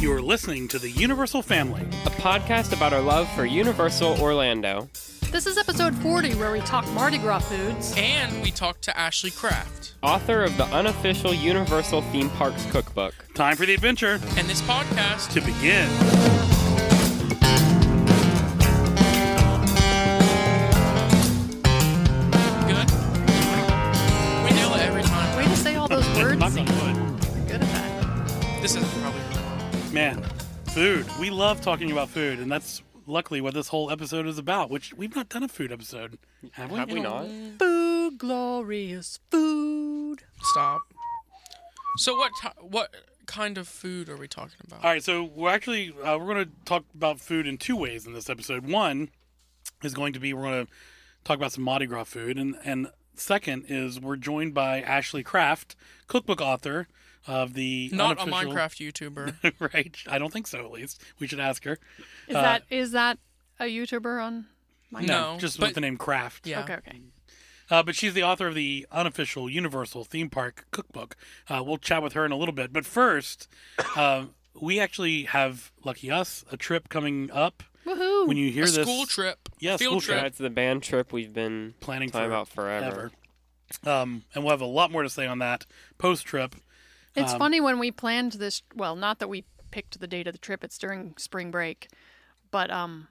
You are listening to the Universal Family. a podcast about our love for Universal Orlando. This is episode 40 where we talk Mardi Gras foods. And we talked to Ashley Kraft. Author of the unofficial Universal Theme Parks Cookbook. Time for the adventure And this podcast, to begin. good. We nail it every time. Way to say all those words. Knock on Good at that. This is probably wood. Man, food. We love talking about food, and that's luckily what this whole episode is about, which we've not done a food episode. Have we? Have we not? Food, glorious food. stop. So what ti- what kind of food are we talking about? All right, so we're actually uh, we're going to talk about food in two ways in this episode. One is going to be we're going to talk about some Mardi Gras food, and and second is we're joined by Ashley Kraft, cookbook author of the Not a unofficial- Minecraft YouTuber. right? I don't think so. At least we should ask her. Is that is that a YouTuber on my No, just but- with the name Kraft. Yeah. Okay, okay. Uh, but she's the author of the unofficial Universal Theme Park Cookbook. Uh, we'll chat with her in a little bit. But first, uh, we actually have, lucky us, a trip coming up. Woohoo. When you hear A this, school trip. Yeah, Field school trip. trip. That's the band trip we've been planning talking for about forever. Um, and we'll have a lot more to say on that post trip. it's um, funny when we planned this, well, not that we picked the date of the trip, it's during spring break, but um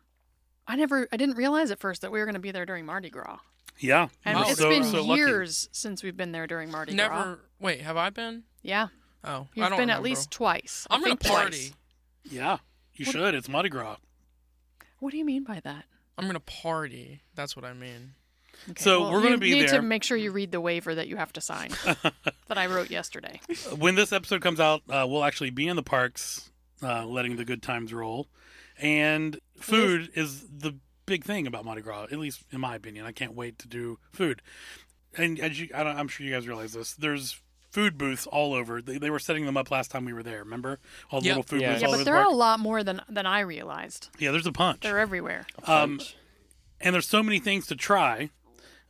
I never I didn't realize at first that we were going to be there during Mardi Gras. Yeah, And we're it's Oh, so- been so lucky. years since we've been there during Mardi Gras. Never. Wait, have I been? Yeah. Oh, You've I don't been remember. at least twice. I I'm gonna think party. twice. Yeah, you should. It's Mardi Gras. What do you mean by that? I'm gonna party. That's what I mean. Okay, So we're gonna you be need there. to make sure you read the waiver that you have to sign that I wrote yesterday. when this episode comes out, uh, we'll actually be in the parks, uh, letting the good times roll. And food is the big thing about Mardi Gras, at least in my opinion. I can't wait to do food. And as you, I don't, I'm sure you guys realize this. There's food booths all over. They, they were setting them up last time we were there. Remember all the Yep. little food Yeah. booths Yeah, all over but the there are park. a lot more than than I realized. Yeah, there's a punch. They're everywhere. Um, Punch. and there's so many things to try.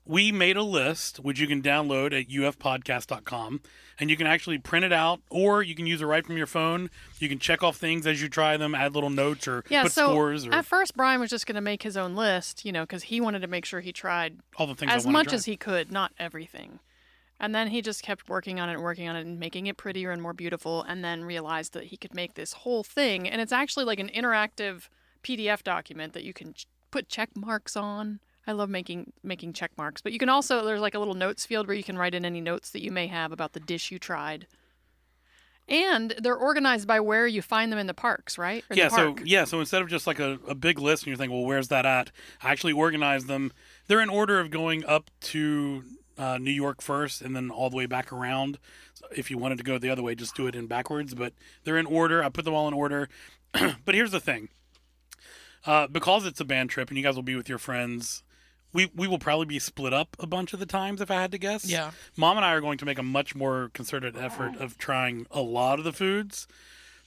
We made a list which you can download at ufpodcast.com and you can actually print it out or you can use it right from your phone. You can check off things as you try them, add little notes or Yeah, put so scores or at first Brian was just going to make his own list, you know, because he wanted to make sure he tried all the things as I wanna much try. as he could, not everything. And then he just kept working on it, and working on it, and making it prettier and more beautiful, and then realized that he could make this whole thing. And it's actually like an interactive PDF document that you can ch- put check marks on. I love making making check marks, but you can also there's like a little notes field where you can write in any notes that you may have about the dish you tried. And they're organized by where you find them in the parks, right? Or in the yeah, so park. yeah, so instead of just like a, a big list and you're thinking, well, where's that at? I actually organized them. They're in order of going up to uh, New York first and then all the way back around. So if you wanted to go the other way, just do it in backwards. But they're in order. I put them all in order. but here's the thing. Uh, because it's a band trip and you guys will be with your friends, we, we will probably be split up a bunch of the times if I had to guess. Yeah. Mom and I are going to make a much more concerted effort of trying a lot of the foods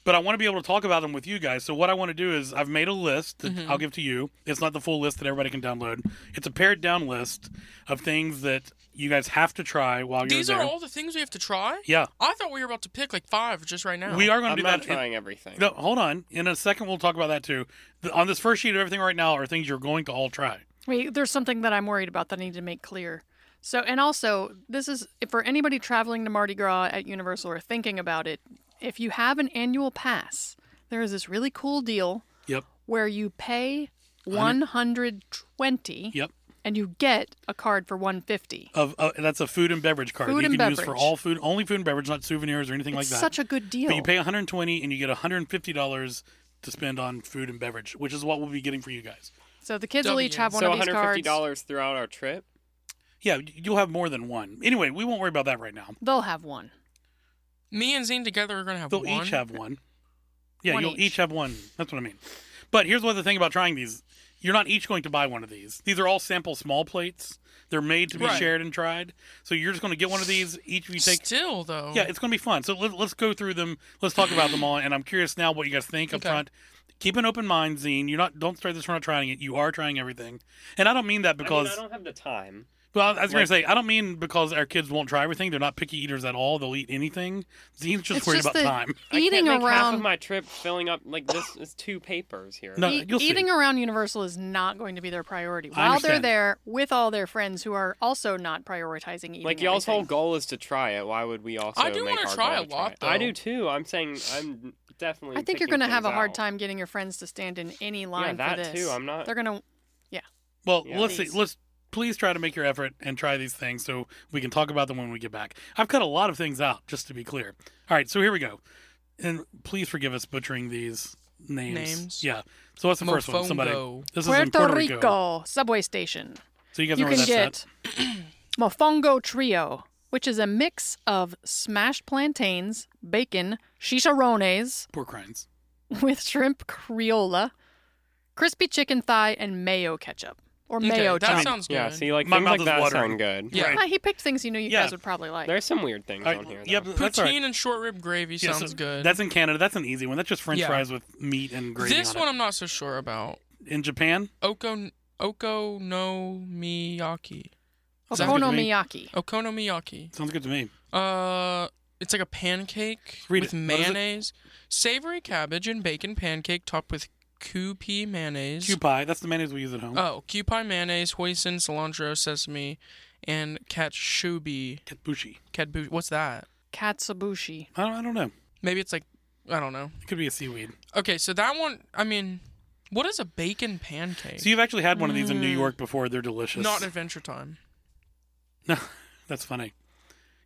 but I want to be able to talk about them with you guys. So what I want to do is I've made a list that Mm-hmm. I'll give to you. It's not the full list that everybody can download. It's a pared down list of things that you guys have to try while you're These there. are all the things we have to try. yeah, I thought we were about to pick like five just right now. we are going I'm to do not that. in- trying everything. no, hold on. In a second, we'll talk about that too. The, on this first sheet of everything right now are things you're going to all try. Wait, there's something that I'm worried about that I need to make clear. So, and also, this is if for anybody traveling to Mardi Gras at Universal or thinking about it, if you have an annual pass, there is this really cool deal Yep. where you pay 120 Yep. and you get a card for 150. Of uh, that's a food and beverage card Food you and can use for beverage. all food, only food and beverage, not souvenirs or anything like It's that. such a good deal. But you pay 120 and you get 150 dollars to spend on food and beverage, which is what we'll be getting for you guys. so the kids will each W. have one so of $150 these cards. throughout our trip. Yeah, y- you'll have more than one. Anyway, we won't worry about that right now. They'll have one. Me and Zane together are gonna have They'll one. each have one. Yeah, One you'll each. each. have one. That's what I mean. But here's what the thing about trying these: you're not each going to buy one of these. These are all sample small plates. They're made to be Right. shared and tried. So you're just going to get one of these. Each of you take. Still though. Yeah, it's going to be fun. So let, let's go through them. Let's talk about them all. And I'm curious now what you guys think up Okay. front. Keep an open mind, Zine. You're not. Don't start this. We're not trying it. You are trying everything. And I don't mean that because. I, mean, I don't have the time. Well, I was going to say, I don't mean because our kids won't try everything. They're not picky eaters at all. They'll eat anything. Zene's just It's worried just about the- time. I Eating can't make half around of my trip filling up like this is two papers here. No, E- you'll see. eating around Universal is not going to be their priority. I While they're understand. there with all their friends who are also not prioritizing eating. Like y'all's whole everything. goal is to try it. Why would we also? I do make wanna our try goal a to lot, it? I do though. too. I'm saying I'm definitely. I think you're going to have a hard out. time getting your friends to stand in any Yeah, line that for this. too. I'm not. They're gonna. Well, Yeah. let's Please. see. Let's please try to make your effort and try these things so we can talk about them when we get back. I've cut a lot of things out, just to be clear. All right, so here we go. And please forgive us butchering these names. Names? Yeah. So what's the first one? Somebody. Mofongo. This is in Puerto, Puerto Rico. Rico. subway station. So you guys You know where can that's get at. mofongo trio, which is a mix of smashed plantains, bacon, chicharrones Poor Crines. with shrimp criolla, crispy chicken thigh, and mayo ketchup or Okay, mayo that top. sounds good. Yeah. See, like My things mouth like is that watering. sound good. Yeah. Right. Ah, he picked things you knew you Yeah. guys would probably like. There's some weird things All right, on here. Though. yeah, but that's all right. Poutine and short rib gravy Yeah, so sounds good. That's in Canada. That's an easy one. That's just French Yeah. fries with meat and gravy. this on it. one I'm not so sure about. in Japan. Oko Okonomiyaki. Sounds good to me. Okonomiyaki. Okonomiyaki. Sounds good to me. Uh, it's like a pancake Read with it. What is it? mayonnaise, savory cabbage and bacon pancake topped with coup pie mayonnaise. Q pie. That's the mayonnaise we use at Uh, home. Oh, kewpie mayonnaise, hoisin, cilantro, sesame, and katsubi. Katbushi. Katbu- what's that? Katsubushi. I don't, I don't know. Maybe it's like I don't know. It could be a seaweed. Okay, so that one. I mean, what is a bacon pancake? So you've actually had one of these in New Mm. York before. They're delicious. Not Adventure Time. no, that's funny.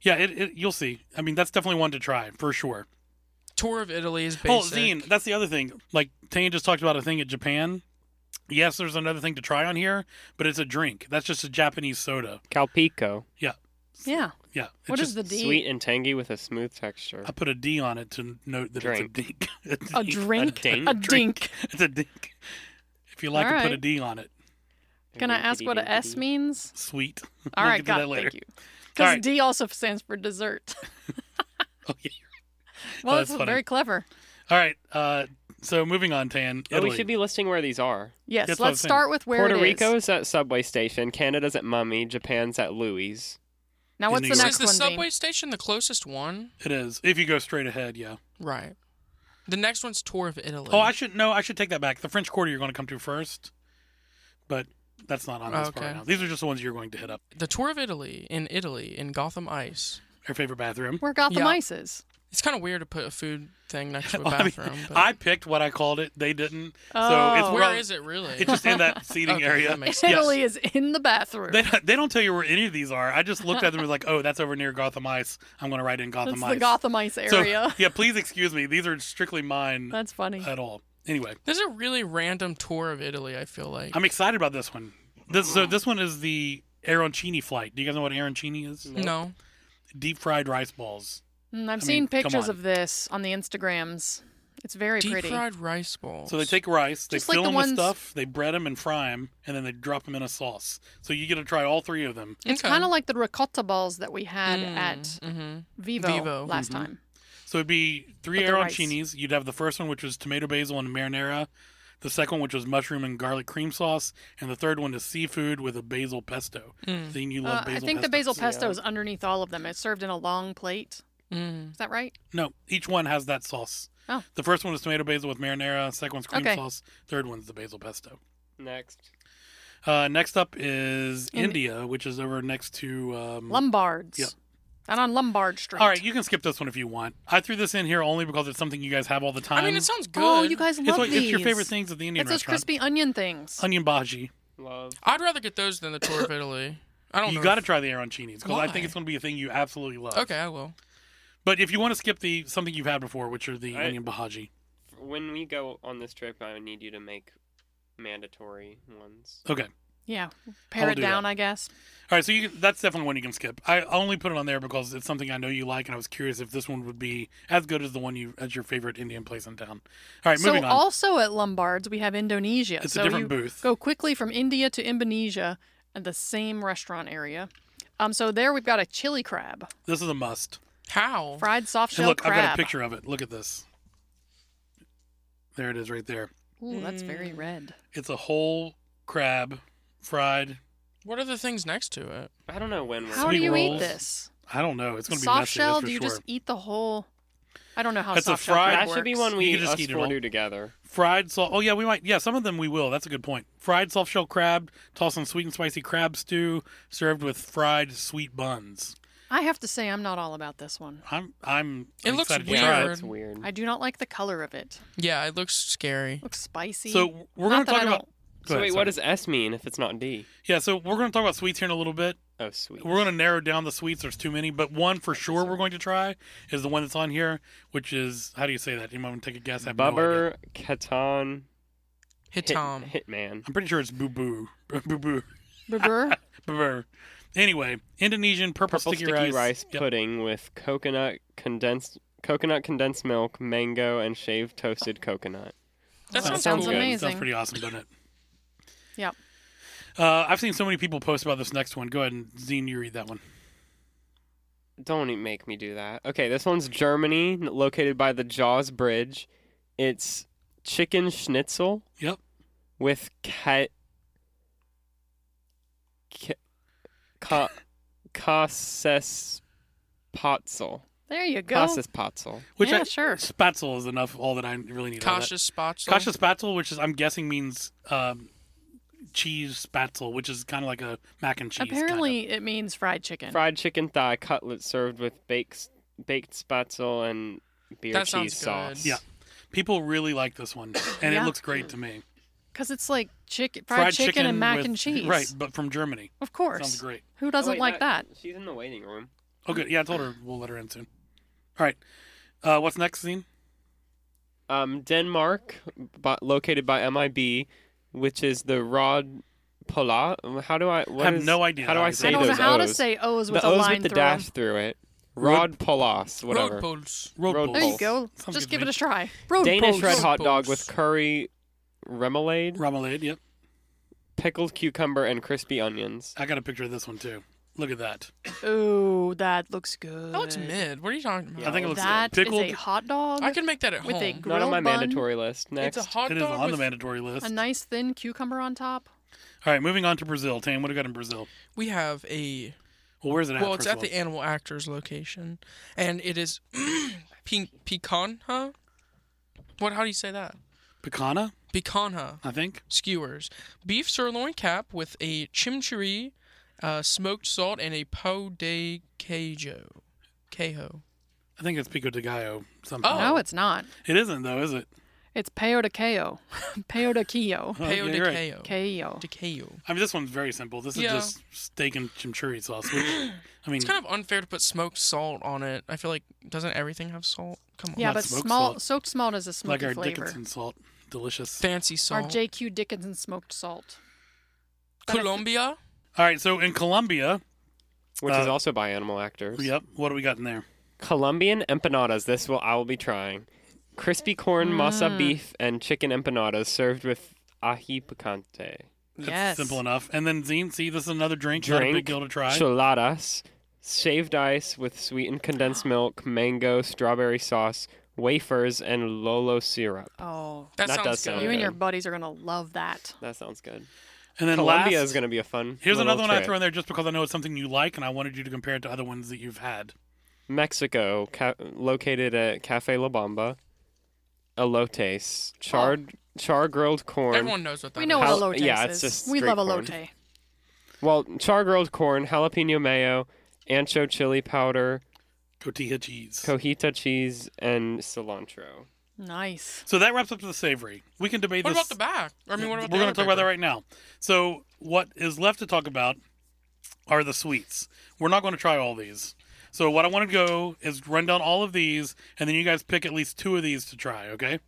Yeah, it, it, you'll see. I mean, that's definitely one to try for sure. Tour of Italy is Oh, basic. Zine, that's the other thing. Like Tanya just talked about a thing at Japan. Yes, there's another thing to try on here, but it's a drink. That's just a Japanese soda. Calpico, Yeah, Yeah. yeah. It's What is just- the D? sweet and tangy with a smooth texture. I put a D on it to note that Drink. it's a dink. a, A dink. drink? dink? A dink. It's a dink. If you like All to put a right. D on it, Can I ask what a S means? sweet. All We'll right, get to got that it. later. Thank you. Because right. D also stands for dessert. Oh, yeah. well, that's that's funny. very clever. All right. Uh, so moving on, Tan. Oh, Italy. we should be listing where these are. Yes, That's what I let's was saying. start with where Puerto it is. Rico is at Subway Station. Canada's at Mummy. Japan's at Louis. Now, what's New the York. So next is the one? subway Dean? station the closest one? It is. If you go straight ahead, yeah. Right. The next one's Tour of Italy. Oh, I should no. I should take that back. The French Quarter you're going to come to first, but that's not on this part Okay. right now. These are just the ones you're going to hit up. the Tour of Italy in Italy in Gotham Ice. Your favorite bathroom. Where Gotham Yeah. Ice is. It's kind of weird to put a food thing next to a Well, I, mean, bathroom. but I picked what I called it. They didn't. Oh. So it's where rough- is it really? It's just in that seating Okay, area. that makes sense. Italy is in the bathroom. They don't, they don't tell you where any of these are. I just looked at them and was like, oh, that's over near Gotham Ice. I'm going to write in that's Gotham the Ice. Gotham Ice So, area. yeah, please excuse me. These are strictly mine that's funny. at all. Anyway, This is a really random tour of Italy. I feel like. I'm excited about this one. This so this one is the arancini flight. Do you guys know what arancini is? no. Deep fried rice balls. Mm, I've come seen pictures on. of this on the Instagrams. It's very Deep pretty. fried rice balls. So they take rice, they Just like fill the them ones- with stuff, they bread them and fry them, and then they drop them in a sauce. So you get to try all three of them. It's Okay. kind of like the ricotta balls that we had at Mhm. Mm. Vivo, Vivo. last Mm-hmm. time. So it'd be three But the rice. arancinis. You'd have the first one, which was tomato basil and marinara. The second one, which was mushroom and garlic cream sauce, and the third one is seafood with a basil pesto. Mm. you Uh, love I basil. think the pesto. basil pesto is underneath all of them. It's served in a long plate. Mm. Is that right? No, each one has that sauce. Oh. The first one is tomato basil with marinara. Second one's cream Okay. sauce. Third one's the basil pesto. Next. Uh, next up is India, which is over next to. Um, Lombards. Yep. And on Lombard Street. all right, you can skip this one if you want. I threw this in here only because it's something you guys have all the time. I mean, it sounds good. Oh, you guys it's, love what- these. it's your favorite things at the Indian It's those restaurant. crispy onion things. Onion bhaji. Love. I'd rather get those than the tour of Italy. I don't. You know got to if- try the arancinis because I think Why? it's going to be a thing you absolutely love. Okay, I will. But if you want to skip the something you've had before, which are the I- onion bhaji. When we go on this trip, I need you to make mandatory ones. Okay. yeah. Pare it do down, that. I guess. All right, so you, can- that's definitely one you can skip. I only put it on there because it's something I know you like, and I was curious if this one would be as good as the one you as your favorite Indian place in town. All right, So moving on. also at Lombards we have Indonesia. It's a so different you booth. Go quickly from India to Indonesia and the same restaurant area. Um, so there we've got a chili crab, This is a must. How? fried soft And shell Oh. look, crab. I've got a picture of it. Look at this. There it is, right there. Ooh, that's very red. It's a whole crab, fried What are the things next to it? I don't know when we're. How Sweet do you rolls. eat this? I don't know. It's gonna be soft messy. shell? that's for Do you sure. just eat the whole? I don't know how That's a soft shell fried- bread that should be works. one we can just us eat it four all. do together. fried salt? Oh yeah, we might. Yeah, some of them we will. That's a good point. Fried soft shell crab. Toss some sweet and spicy crab stew served with fried sweet buns. I have to say, I'm not all about this one. I'm I'm It looks excited to weird. try it. That's weird. I do not like the color of it. Yeah, it looks scary. Looks spicy. So we're gonna Not that talk I about. Go don't- so ahead, wait, sorry. what does S mean if it's not D? Yeah, so we're going to talk about sweets here in a little bit. Oh, sweet. We're going to narrow down the sweets. There's too many, but one for sure we're going to try is the one that's on here, which is how do you say that? Anyone want to take a guess? I have no idea. Bubber Catan Hit Hit, Tom. Hitman. I'm pretty sure it's boo boo, boo boo, Brr-brr. boo. Anyway, Indonesian purple, Purple sticky, rice, Yep. pudding with coconut condensed coconut condensed milk, mango, and shaved toasted coconut. That Wow. sounds, Sounds cool. good. amazing. Sounds pretty awesome, doesn't it? Yep. Uh, I've seen so many people post about this next one. Go ahead and Zine, you read that one. Don't e- make me do that. Okay, this one's Germany, n- located by the Jaws Bridge. It's chicken schnitzel Yep. with cat. Ca- ca- Kassespatzel. there you go. Kassespatzel. Which yeah, I, sure. spatzel is enough. All that I really need. out of that. Cautious spots. Kasha spatzel, which is I'm guessing means um, cheese spatzel, which is kind of like a mac and cheese. kinda. Apparently, it means fried chicken. Fried chicken thigh cutlet served with baked baked spatzel and beer That sounds cheese good. sauce. Yeah. people really like this one, and Yeah. it looks great to me. Because it's like chicken, fried, chicken, and mac with- and cheese. right? But from Germany, Of course. sounds great. Who Oh, doesn't like that? She's in the waiting room. Oh, good. Yeah, I told her we'll let her in soon. All right, uh, what's next, Zine? Um, Denmark, bu- located by MIB, which is the Rod Pola. How do I? What I have is- no idea How do how I you say I don't know those how to O's? say O's with the a O's line with the through 'em. dash through it. Rod Polas, whatever. Road poles. Road, Road Bulls. There you Pulse. go. Sounds Just good give to it me. a try. Road Danish Pulse. red Road hot dog with Pulse. curry, remoulade, Ramelade. Yep, pickled cucumber, and crispy onions. I got a picture of this one too. Look at that. Ooh, that looks good. That Oh, looks mid. What are you talking about? I think it looks That is pickled. a hot dog. I can make that at With a home. Not on Grilled my bun. mandatory list. Next, It's a hot It is dog on the with- mandatory list. a nice thin cucumber on top. All right, moving on to Brazil. Tam, what do we got in Brazil? We have a Well, where's it at? well, it's first at of the all? Animal Actors location, and it is P- picanha. What? How do you say that? Picana, Picanha I think. skewers, beef sirloin cap with a chimichurri, uh, smoked salt, and a po de queijo. Oh, Queijo. I think it's Pico de Gallo. Something. Oh. No, it's not. It isn't though, is it? It's peo de queo. peo de queo. Oh, Peo yeah, de you're right. queijo. Queo. De queijo. I mean, this one's very simple. This is Yeah. just steak and chimichurri sauce. Which, I mean, It's kind of unfair to put smoked salt on it. I feel like doesn't everything have salt? Come on. Yeah, Not but smoked small salt. soaked salt is a like smoky our flavor. Dickinson salt, delicious. Fancy Our salt. JQ Dickinson smoked salt. but I thi- Colombia. All right, so in Colombia, which is uh, also by Animal Actors. yep. What do we got in there? Colombian empanadas. This will I will be trying. Crispy corn Mm. masa beef and chicken empanadas served with ají picante. That's yes. simple enough. And then Zine, see, this is another drink. Not a big Drink. deal to try. Choladas, shaved ice with sweetened condensed milk, mango, strawberry sauce, wafers, and lolo syrup. Oh, That, That sounds does good. sound you and good. your buddies are gonna love that. That sounds good. And then Colombia last, is going to be a fun. here's little another one I trip. throw in there just because I know it's something you like, and I wanted you to compare it to other ones that you've had. Mexico, ca- located at Cafe La Bamba. Elotes, charred char grilled corn. Everyone knows what that We know is. How- what elote yeah, is. it's just we straight love elote. corn. Well, char grilled corn, jalapeno mayo, ancho chili powder, Cotija cheese. cojita cheese, and cilantro. Nice. so that wraps up to the savory. We can debate What this. about the back? I mean, what about We're the going to other talk about that paper? right now. So what is left to talk about are the sweets. We're not going to try all these. So what I want to go is run down all of these, and then you guys pick at least two of these to try. Okay.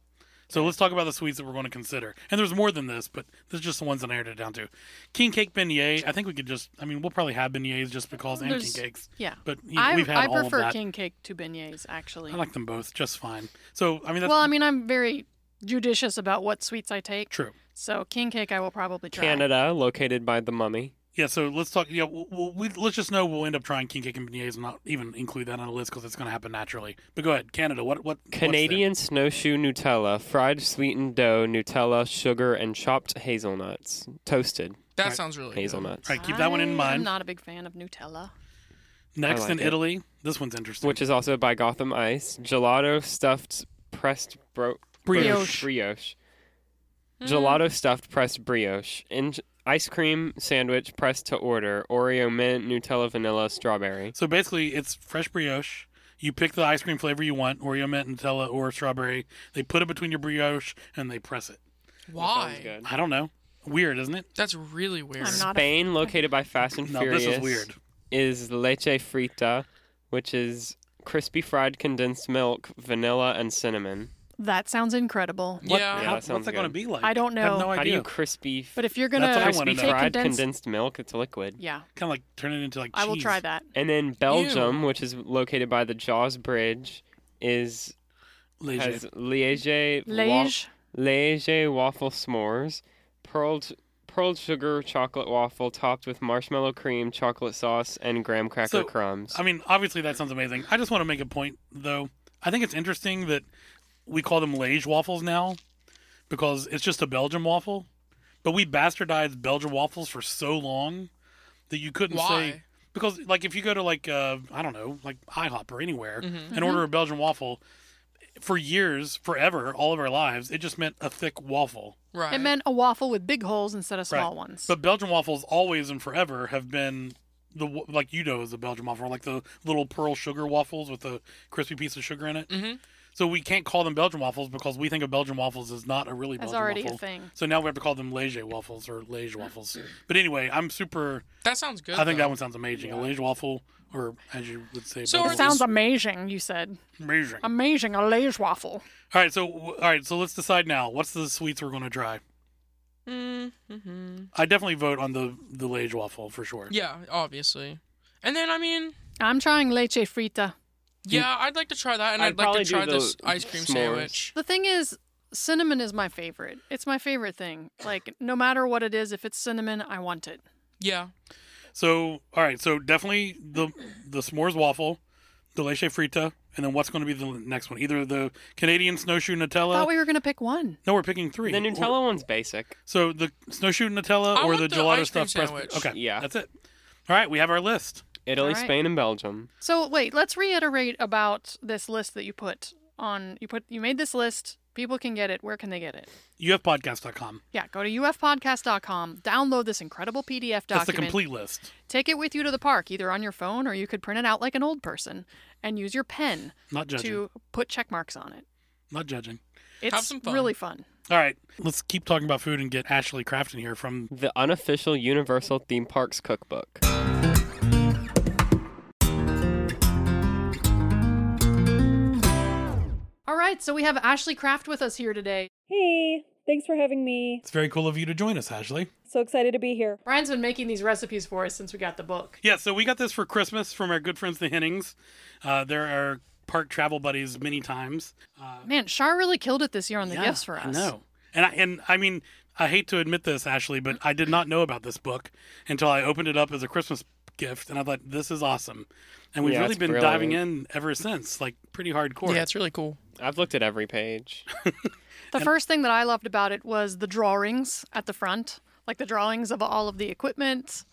So let's talk about the sweets that we're going to consider. And there's more than this, but this is just the ones that I narrowed it down to. King cake beignet. I think we could just. I mean, we'll probably have beignets just because and king There's- cakes. Yeah. But you I, we've had I all of prefer that. king cake to beignets actually. I like them both just fine. So I mean, that's well, I mean, I'm very judicious about what sweets I take. true. So king cake, I will probably try. Canada, located by the mummy. Yeah, so let's talk. Yeah, we'll, we'll, we, let's just know we'll end up trying king cake and beignets and not even include that on the list because it's going to happen naturally. But go ahead, Canada. What what what's there? Canadian snowshoe Nutella, fried sweetened dough, Nutella, sugar, and chopped hazelnuts, toasted That Right. sounds really good. hazelnuts, All right, keep that one in I'm mind. not a big fan of Nutella. Next like in it. Italy, this one's interesting. which is also by Gotham Ice, gelato stuffed pressed bro- Brioche. brioche, Mm. gelato stuffed pressed brioche, and ice cream sandwich pressed to order, Oreo mint, Nutella vanilla, strawberry. So basically, it's fresh brioche. You pick the ice cream flavor you want, Oreo, mint, Nutella, or strawberry. They put it between your brioche and they press it. Sounds Why? good. I don't know. Weird, isn't it? That's really weird. I'm not a Spain, located by Fast and No, Furious, this is weird. is leche frita, which is crispy fried condensed milk, vanilla, and cinnamon. That sounds incredible. What, Yeah. how- Yeah, that sounds what's that going to good. be like? I don't I have know. no How do idea. you crispy, But if you're That's gonna what I take wanna crispy know. fried condensed, condensed milk? It's a liquid. yeah, Kind of like turn it into like cheese. I will try that. And then Belgium, which is located by the Jaws Bridge, is Leger. has Liège wa- Liege, Liège waffle s'mores, pearled pearled sugar chocolate waffle topped with marshmallow cream, chocolate sauce, and graham cracker So, crumbs. I mean, obviously that sounds amazing. I just want to make a point though. I think it's interesting that we call them Liege waffles now because it's just a Belgian waffle, but we bastardized Belgian waffles for so long that you couldn't say Why? because like if you go to like uh, I don't know like IHOP or anywhere and order a Belgian waffle for years, forever, all of our lives, it just meant a thick waffle. Right. it meant a waffle with big holes instead of Right. small ones. But Belgian waffles always and forever have been the wa- like you know is a Belgian waffle, like the little pearl sugar waffles with a crispy piece of sugar in it. Mm-hmm. Mhm. So we can't call them Belgian waffles because we think of Belgian waffles as not a really That's Belgian already waffle. a thing. So now we have to call them Leger waffles or Lege waffles. But anyway, I'm super. that sounds good. I think though. that one sounds amazing. A Lege waffel, or as you would say, Belgian So It are waffle. sounds amazing. You said amazing. amazing. A liege waffle. all right, so all right, so let's decide now. What's the sweets we're going to try? Mm, Mm-hmm. mhm. I definitely vote on the the Lege waffle for sure. Yeah, obviously. And then I mean, I'm trying leche frita. yeah, I'd like to try that, and I'd I'd, like probably to do try the this ice cream s'mores. sandwich. The thing is, cinnamon is my favorite. It's my favorite thing. Like, no matter what it is, if it's cinnamon, I want it. Yeah, So, all right. So definitely the the s'mores waffle, the leche frita, and then what's going to be the next one? Either the Canadian snowshoe I Nutella. thought we were gonna pick one. no, we're picking three. the Nutella Or- one's basic. so the snowshoe Nutella I or want the the gelato ice cream stuffed press. sandwich. Okay, Yeah. that's it. All right, we have our list. Italy, All right. Spain, and Belgium. So wait, let's reiterate about this list that you put on. You put you made this list. People can get it. Where can they get it? UFpodcast.com. Yeah, go to ufpodcast.com, download this incredible PDF document. That's the complete list. Take it with you to the park, either on your phone or you could print it out like an old person and use your pen Not judging. to put check marks on it. Not judging. It's some fun. really fun. All right, let's keep talking about food and get Ashley Crafton here from. The unofficial Universal Theme Parks Cookbook. All right, so we have Ashley Kraft with us here today. Hey, thanks for having me. It's very cool of you to join us, Ashley. So excited to be here. Brian's been making these recipes for us since we got the book. Yeah, so we got this for Christmas from our good friends the Hennings. Uh, they're our park travel buddies many times. Man, Shar really killed it this year on the Yeah, gifts for us. I know. And I, and I mean, I hate to admit this, Ashley, but I did not know about this book until I opened it up as a Christmas gift, and I thought this is awesome. And we've Yeah, really it's been brilliant. diving in ever since, like pretty hardcore. yeah, it's really cool. I've looked at every page. The first thing that I loved about it was the drawings at the front, like the drawings of all of the equipment,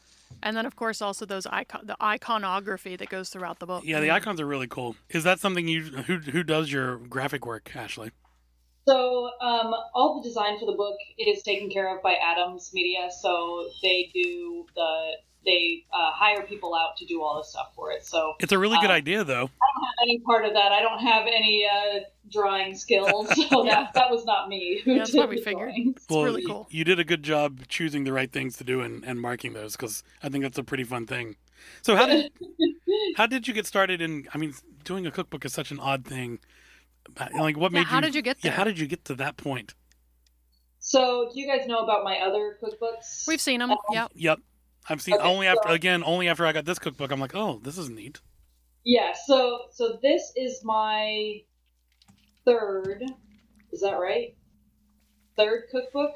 and then of course also those icon, the iconography that goes throughout the book. yeah, the icons are really cool. Is that something you who who does your graphic work, Ashley? So um, all the design for the book is taken care of by Adams Media. So they do the they uh, hire people out to do all the stuff for it. So It's a really good Uh, idea, though. I don't have any part of that. I don't have any uh, drawing skills, so that that was not me. who Yeah, that's did what we the figured. drawings. It's really y- cool. You did a good job choosing the right things to do and, and marking those because I think that's a pretty fun thing. So how did how did you get started in? I mean, doing a cookbook is such an odd thing. But, Like what Yeah, made how you? did you get Yeah, how there? did you get to that point? So do you guys know about my other cookbooks? We've seen Um, them. Yeah. Yep, I've seen Okay, only after so- again only after I got this cookbook. I'm like, oh, this is neat. yeah. So so this is my third. Is that right? Third cookbook.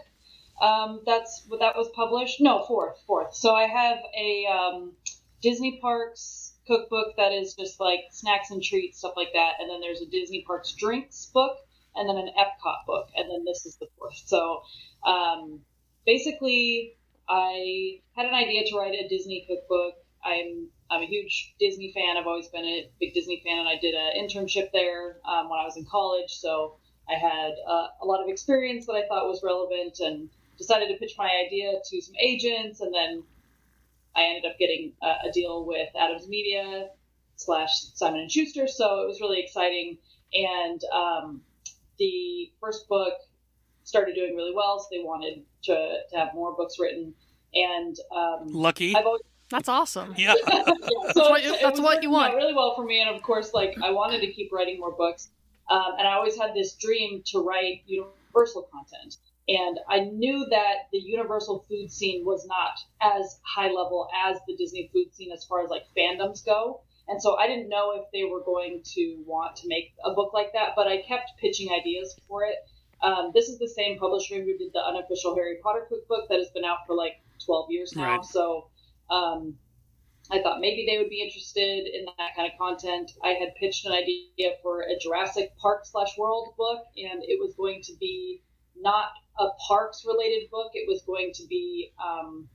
Um, that's what that was published. No, fourth, fourth. So I have a um, Disney Parks cookbook that is just like snacks and treats, stuff like that. And then there's a Disney Parks drinks book, and then an Epcot book, and then this is the fourth. So um, basically, I had an idea to write a Disney cookbook. I'm I'm a huge Disney fan. I've always been a big Disney fan, and I did an internship there um, when I was in college. So I had uh, a lot of experience that I thought was relevant, and decided to pitch my idea to some agents, and then I ended up getting a, a deal with Adams Media slash Simon and Schuster. So it was really exciting, and um, the first book started doing really well, so they wanted to, to have more books written. And um, Lucky. I've always That's awesome. Yeah. yeah, That's so what you- it- it that's was what you working out want. really well for me, and of course, like I wanted to keep writing more books, um, and I always had this dream to write universal content. And I knew that the universal food scene was not as high level as the Disney food scene as far as like fandoms go. And so I didn't know if they were going to want to make a book like that, but I kept pitching ideas for it. Um, this is the same publisher who did the unofficial Harry Potter cookbook that has been out for like 12 years now. Right. So um, I thought maybe they would be interested in that kind of content. I had pitched an idea for a Jurassic Park slash World book, and it was going to be not a parks related book. It was going to be um,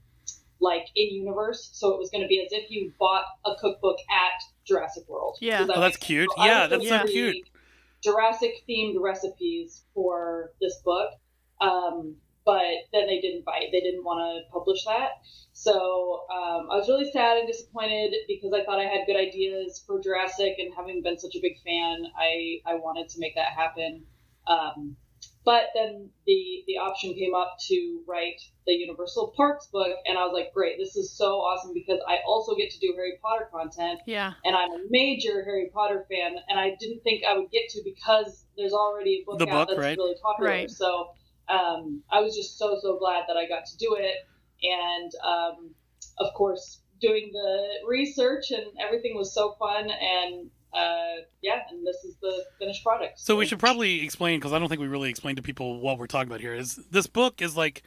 like in universe, so it was going to be as if you bought a cookbook at Jurassic World. Yeah. Does that Oh, make that's sense? cute. I Yeah, was that's so gonna cute. create Jurassic themed recipes for this book, um, but then they didn't bite. They didn't want to publish that. So um, I was really sad and disappointed because I thought I had good ideas for Jurassic, and having been such a big fan, I I wanted to make that happen. Um, but then the the option came up to write the Universal Parks book, and I was like, great, this is so awesome because I also get to do Harry Potter content Yeah. and I'm a major Harry Potter fan, and I didn't think I would get to because there's already a book The out book, that's right? really popular. Right. So um, I was just so so glad that I got to do it, and um, of course doing the research and everything was so fun, and uh, yeah, and this is the finished product. So we should probably explain because I don't think we really explained to people what we're talking about here. Is this book is like,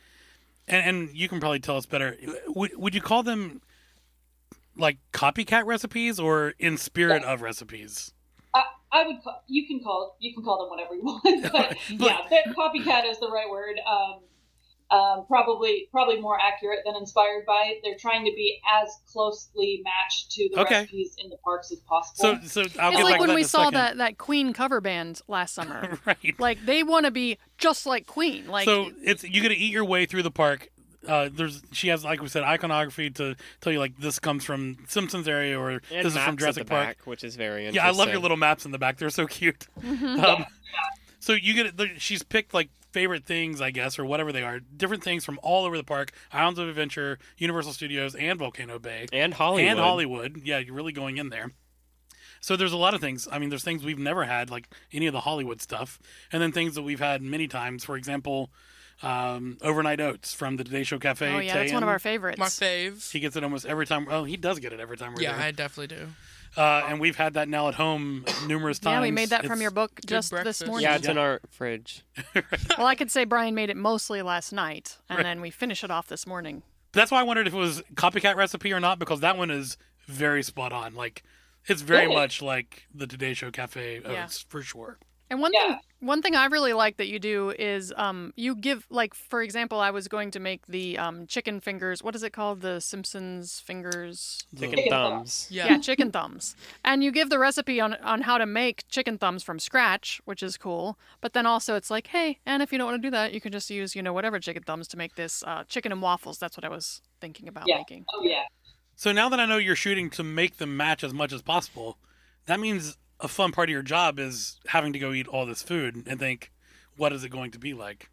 and, and you can probably tell us better. Would would you call them like copycat recipes or in spirit of recipes? I would call, you can call you can call them whatever you want, but yeah, but copycat is the right word. Um, um, probably probably more accurate than inspired by. They're trying to be as closely matched to the Okay. recipes in the parks as possible. So so I'll it's get back to like that when we in a saw second. that that Queen cover band last summer. right. like they want to be just like Queen. Like oh, so it's you got to eat your way through the park. Uh, there's she has like we said iconography to tell you like this comes from Simpsons area or And this is maps from at Jurassic the Park. back, which is very interesting. Yeah, I love your little maps in the back. They're so cute. Mhm. Um, so you get there- she's picked like favorite things, I guess, or whatever they are, different things from all over the park: Islands of Adventure, Universal Studios, and Volcano Bay, and Hollywood. and Hollywood. Yeah, you're really going in there. So there's a lot of things. I mean, there's things we've never had, like any of the Hollywood stuff, and then things that we've had many times. For example, um, overnight oats from the Today Show Cafe. oh yeah, that's one of Tayan. our favorites. My fave. He gets it almost every time. Oh, he does get it every time we're Yeah, there. I definitely do. Uh, and we've had that now at home numerous times. yeah, we made that from It's- your book just this breakfast. morning. Yeah, it's Yeah. in our fridge. Well, I could say Brian made it mostly last night, and then we finish it off this morning. That's why I wondered if it was copycat recipe or not because that one is very spot on. Like it's very Yeah. much like the Today Show Cafe oats Yeah. for sure. And one Yeah. thing, one thing I really like that you do is, um, you give like for example, I was going to make the um chicken fingers. What is it called? The Simpsons fingers. The- Chicken Chicken thumbs. Yeah. Yeah. chicken thumbs. And you give the recipe on on how to make chicken thumbs from scratch, which is cool. But then also it's like, hey, and if you don't want to do that, you can just use you know whatever chicken thumbs to make this uh, chicken and waffles. That's what I was thinking about Yeah. making. oh yeah, So now that I know you're shooting to make them match as much as possible, that means a fun part of your job is having to go eat all this food and think, what is it going to be like?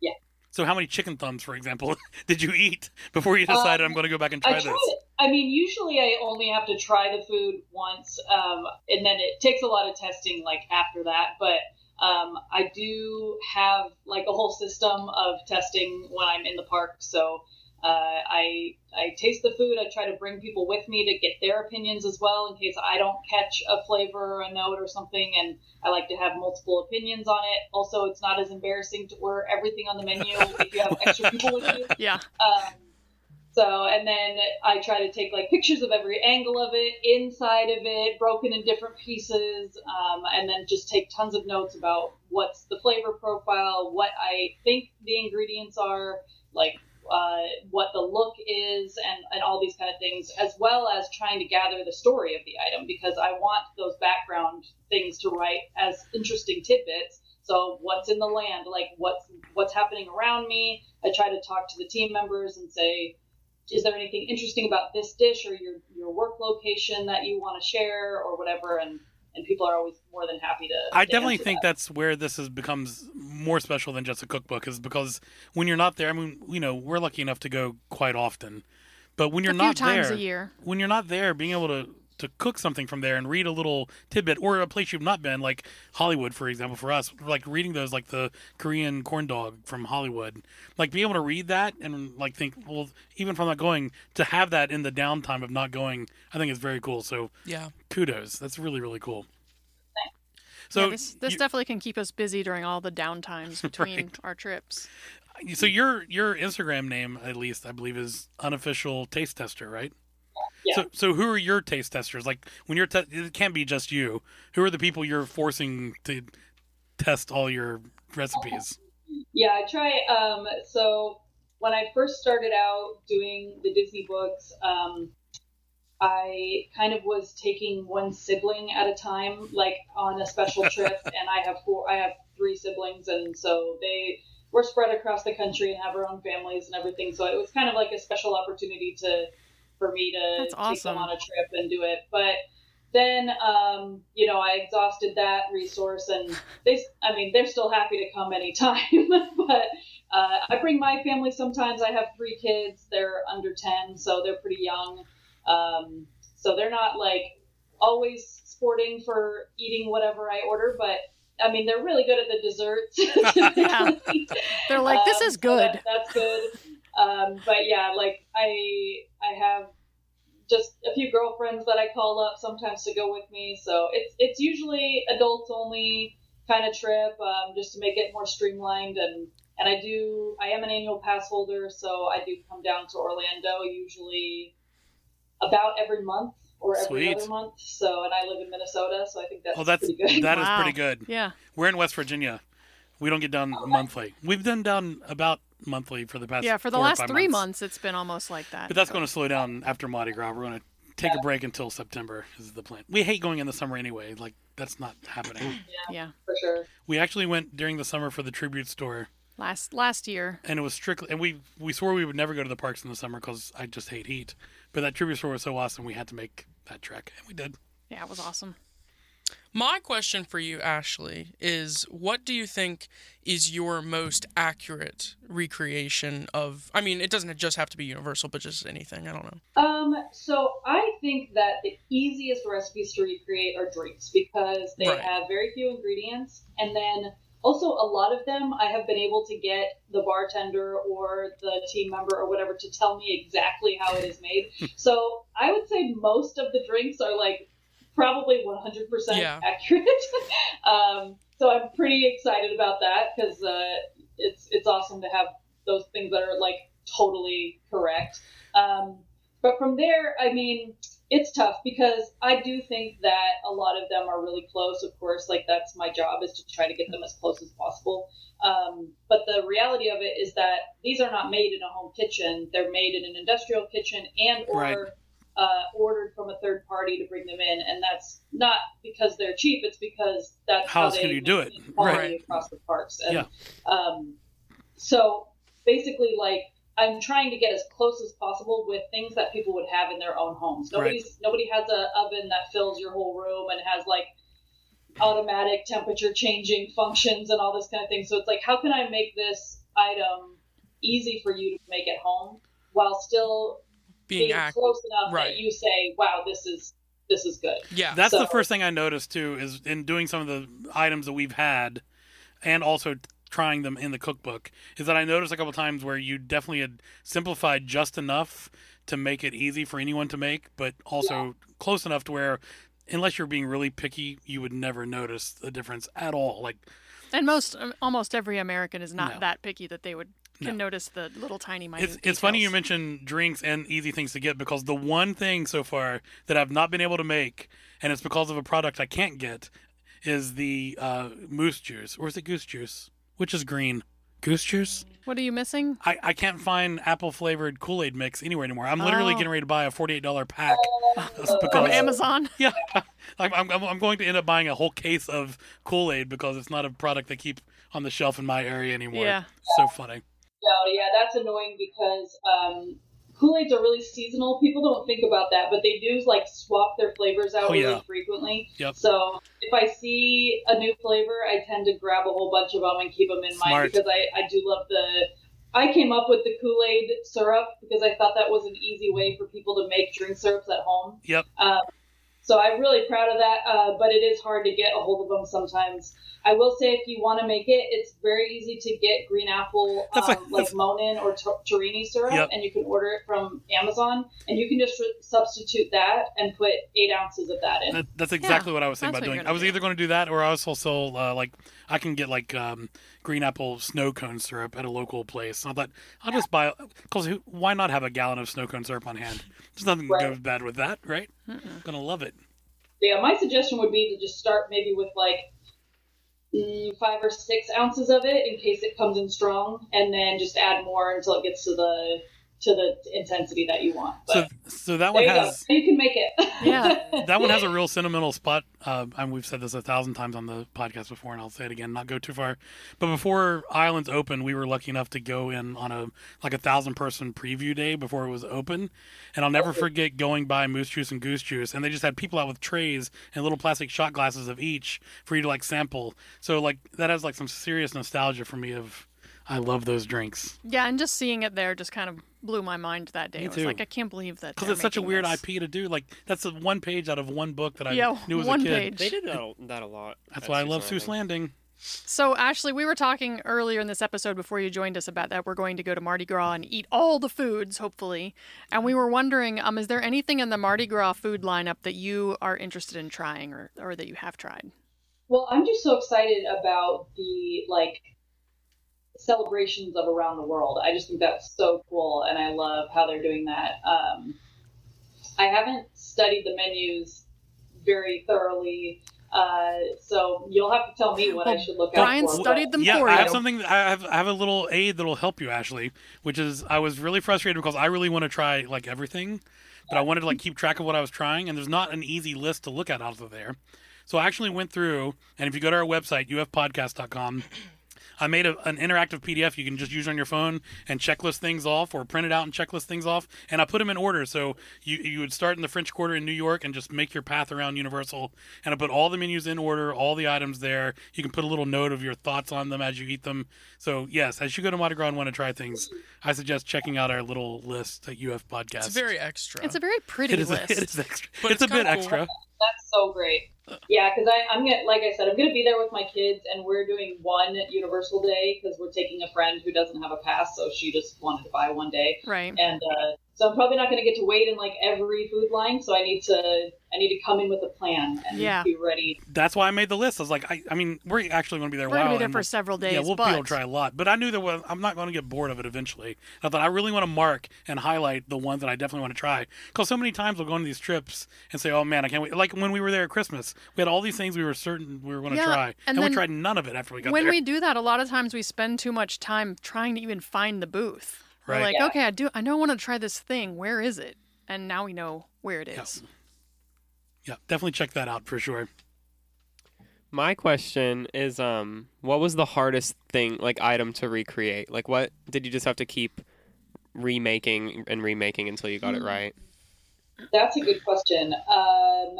Yeah. So how many chicken thumbs, for example, did you eat before you decided Um, I'm going to go back and I try tried this? it. I mean, usually I only have to try the food once, um, and then it takes a lot of testing like after that. But um, I do have like a whole system of testing when I'm in the park, so Uh, I I taste the food. I try to bring people with me to get their opinions as well, in case I don't catch a flavor or a note or something. And I like to have multiple opinions on it. Also, it's not as embarrassing to order everything on the menu if you have extra people with you. Yeah. Um, so, and then I try to take like pictures of every angle of it, inside of it, broken in different pieces, um, and then just take tons of notes about what's the flavor profile, what I think the ingredients are, like uh, what the look is, and, and all these kind of things, as well as trying to gather the story of the item because I want those background things to write as interesting tidbits so what's in the land? Like what's what's happening around me? I try to talk to the team members and say, is there anything interesting about this dish or your your work location that you want to share or whatever? And and people are always more than happy to. I to definitely answer think that. that's where this is becomes more special than just a cookbook, is because when you're not there, I mean, you know, we're lucky enough to go quite often, but when you're a few not times there, a year. when you're not there, being able to to cook something from there and read a little tidbit or a place you've not been, like Hollywood, for example, for us, like reading those, like the Korean corn dog from Hollywood, like being able to read that and like think, well, even if I'm not going, to have that in the downtime of not going, I think is very cool. So Yeah. kudos, that's really really cool. So So this, this you- definitely can keep us busy during all the downtimes between Right. our trips. So your your Instagram name, at least I believe, is unofficial taste tester, right? Yeah. So so who are your taste testers? Like when you're te- it can't be just you. Who are the people you're forcing to test all your recipes? Yeah, I try. Um, so when I first started out doing the Disney books, um, I kind of was taking one sibling at a time, like on a special trip, and I have four. I have three siblings, and so they were spread across the country and have our own families and everything. So it was kind of like a special opportunity to for me to That's take them awesome. on a trip and do it, but then um, you know I exhausted that resource, and they I mean they're still happy to come anytime. but uh, I bring my family sometimes. I have three kids; they're under ten, so they're pretty young. Um, so they're not like always sporting for eating whatever I order, but I mean they're really good at the desserts. They're like, this Um, is so good. that- that's good. Um, but yeah, like I I have just a few girlfriends that I call up sometimes to go with me. So it's it's usually adults only kind of trip, um, just to make it more streamlined. And and I do I am an annual pass holder, so I do come down to Orlando usually about every month or every Sweet. other month. So and I live in Minnesota, so I think that's, Oh, that's pretty good. that is Wow. pretty good. Yeah. We're in West Virginia. We don't get done Oh, monthly. We've done down about monthly for the past yeah. For the four or last five three months. it's been almost like that. But that's going to slow down after Mardi Gras. We're going to take a break until September is the plan. We hate going in the summer anyway. Like that's not happening. yeah. for sure. We actually went during the summer for the tribute store, Last last year. and it was strictly. And we we swore we would never go to the parks in the summer because I just hate heat. But that tribute store was so awesome, we had to make that trek, and we did. Yeah, it was awesome. My question for you, Ashley, is what do you think is your most accurate recreation of? I mean, it doesn't just have to be universal, but just anything. I don't know. Um, so I think that the easiest recipes to recreate are drinks because they Right. have very few ingredients, and then also a lot of them I have been able to get the bartender or the team member or whatever to tell me exactly how it is made. Hmm. so I would say most of the drinks are like probably 100% Yeah. accurate. um, so I'm pretty excited about that because uh, it's it's awesome to have those things that are like totally correct. Um, but from there, I mean, it's tough because I do think that a lot of them are really close. Of course, like that's my job is to try to get them as close as possible. Um, but the reality of it is that these are not made in a home kitchen; they're made in an industrial kitchen and or Right. uh, ordered from a third party to bring them in, and that's not because they're cheap. It's because that's How how else they can you do it? maintain quality Right. across the parks. And, Yeah. Um, so basically, like I'm trying to get as close as possible with things that people would have in their own homes. Right. Nobody's nobody has a oven that fills your whole room and has like automatic temperature changing functions and all this kind of thing. So it's like, how can I make this item easy for you to make at home while still Being accurate. close enough right. that you say, "Wow, this is this is good." Yeah. That's the So- first thing I noticed too is in doing some of the items that we've had, and also trying them in the cookbook is that I noticed a couple times where you definitely had simplified just enough to make it easy for anyone to make, but also close enough to where, unless you're being really picky, you would never notice the difference at all. Like, And most, um, almost every American is not No. that picky that they would can No. notice the little tiny minute. it's, it's funny you details. mentioned drinks and easy things to get because the one thing so far that I've not been able to make, and it's because of a product I can't get, is the uh, moose juice. Or is it goose juice? Which is green? Goose juice? What are you missing? I, I can't find apple flavored Kool Aid mix anywhere anymore. I'm literally Oh. getting ready to buy a $48 pack. That's From because- Amazon? Yeah, I'm, I'm, I'm going to end up buying a whole case of Kool Aid because it's not a product they keep on the shelf in my area anymore. Yeah. So funny. No, yeah, that's annoying because um, Kool Aids are really seasonal. People don't think about that, but they do like swap their flavors out Oh, really yeah. frequently. Yep. So if I see a new flavor, I tend to grab a whole bunch of them and keep them in Smart. mind because I, I do love the. I came up with the Kool Aid syrup because I thought that was an easy way for people to make drink syrups at home. Yep. Um, so I'm really proud of that, uh, but it is hard to get a hold of them sometimes. I will say if you want to make it, it's very easy to get green apple, That's um, like- like that's- Monin or Tor- Torini syrup, Yep. and you can order it from Amazon, and you can just re- substitute that and put eight ounces of that in. That, that's exactly what I was thinking about that's what you're doing. gonna I was do. either going to do that or I was also uh, like I can get like um, green apple snow cone syrup at a local place. And I thought I'll just buy because why not have a gallon of snow cone syrup on hand? There's nothing Right. that goes bad with that, right? Gonna love it. yeah, my suggestion would be to just start maybe with like mm, five or six ounces of it in case it comes in strong, and then just add more until it gets to the to the intensity that you want. But So so that there one you has go. You can make it. Yeah. that one has a real sentimental spot. Uh, and we've said this a thousand times on the podcast before, and I'll say it again, not go too far. But before Islands opened, we were lucky enough to go in on a like a thousand person preview day before it was open. And I'll never forget going by Moose Juice and Goose Juice, and they just had people out with trays and little plastic shot glasses of each for you to like sample. So like that has like some serious nostalgia for me of I love those drinks Yeah, and just seeing it there just kind of blew my mind that day. Me It was too. like, I can't believe that. because they're it's such a making weird this. IP to do. Like that's the one page out of one book that I Yeah, knew as one a kid. page. They did that a, that a lot. That's at why I love Susan Seuss Landing. So, Ashley, we were talking earlier in this episode before you joined us about that we're going to go to Mardi Gras and eat all the foods, hopefully. And we were wondering, um, is there anything in the Mardi Gras food lineup that you are interested in trying or, or that you have tried? Well, I'm just so excited about the like celebrations of around the world. I just think that's so cool, and I love how they're doing that. Um, I haven't studied the menus very thoroughly, uh, so you'll have to tell me what Well, I should look Brian out for. studied them yeah, for I you. have something. I have, I have a little aid that'll help you, Ashley. Which is, I was really frustrated because I really want to try like everything, but I wanted to like keep track of what I was trying, and there's not an easy list to look at out of there. So I actually went through, and if you go to our website, ufpodcast.com, I made a, an interactive PDF you can just use on your phone and checklist things off, or print it out and checklist things off. And I put them in order, so you you would start in the French Quarter in New York and just make your path around Universal. And I put all the menus in order, all the items there. You can put a little note of your thoughts on them as you eat them. So yes, as you go to Mardi Gras and want to try things, I suggest checking out our little list at UF Podcast. It's very extra. It's a very pretty it is, list. It is extra. But it's, it's a bit kinda cool. extra. That's so great. Yeah, because I'm gonna, like I said, I'm gonna be there with my kids, and we're doing one Universal day because we're taking a friend who doesn't have a pass, so she just wanted to buy one day. Right. and uh, so I'm probably not going to get to wait in like every food line. So I need to I need to come in with a plan and Yeah. be ready. That's why I made the list. I was like, I, I mean, we're actually going to be there. We're a going to while, be there and for we'll- several days. Yeah, we'll but be able to try a lot, but I knew there was. I'm not going to get bored of it eventually. I thought I really want to mark and highlight the ones that I definitely want to try because so many times we'll go on these trips and say, "Oh man, I can't wait!" Like when we were there at Christmas, we had all these things we were certain we were going to Yeah, try, and and, we then tried none of it after we got when there. we do that, a lot of times we spend too much time trying to even find the booth. We're Right. like, Yeah. okay, I do, I know I want to try this thing. Where is it? And now we know where it Yeah. is. yeah, definitely check that out for sure. My question is, um, what was the hardest thing, like item to recreate? Like, what did you just have to keep remaking and remaking until you got it right? That's a good question. Um,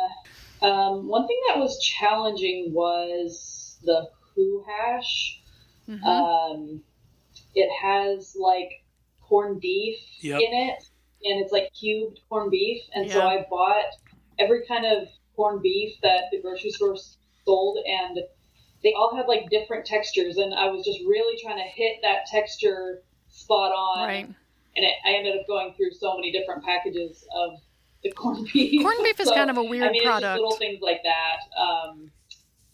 um, one thing that was challenging was the who hash. Mhm. Um, it has like corned beef Yep. in it, and it's like cubed corned beef. And so Yeah. I bought every kind of corned beef that the grocery store sold, and they all had like different textures, and I was just really trying to hit that texture spot on. Right. And it, I ended up going through so many different packages of the corned beef. Corned beef is So, kind of a weird I mean, It's product. just little things like that. Um,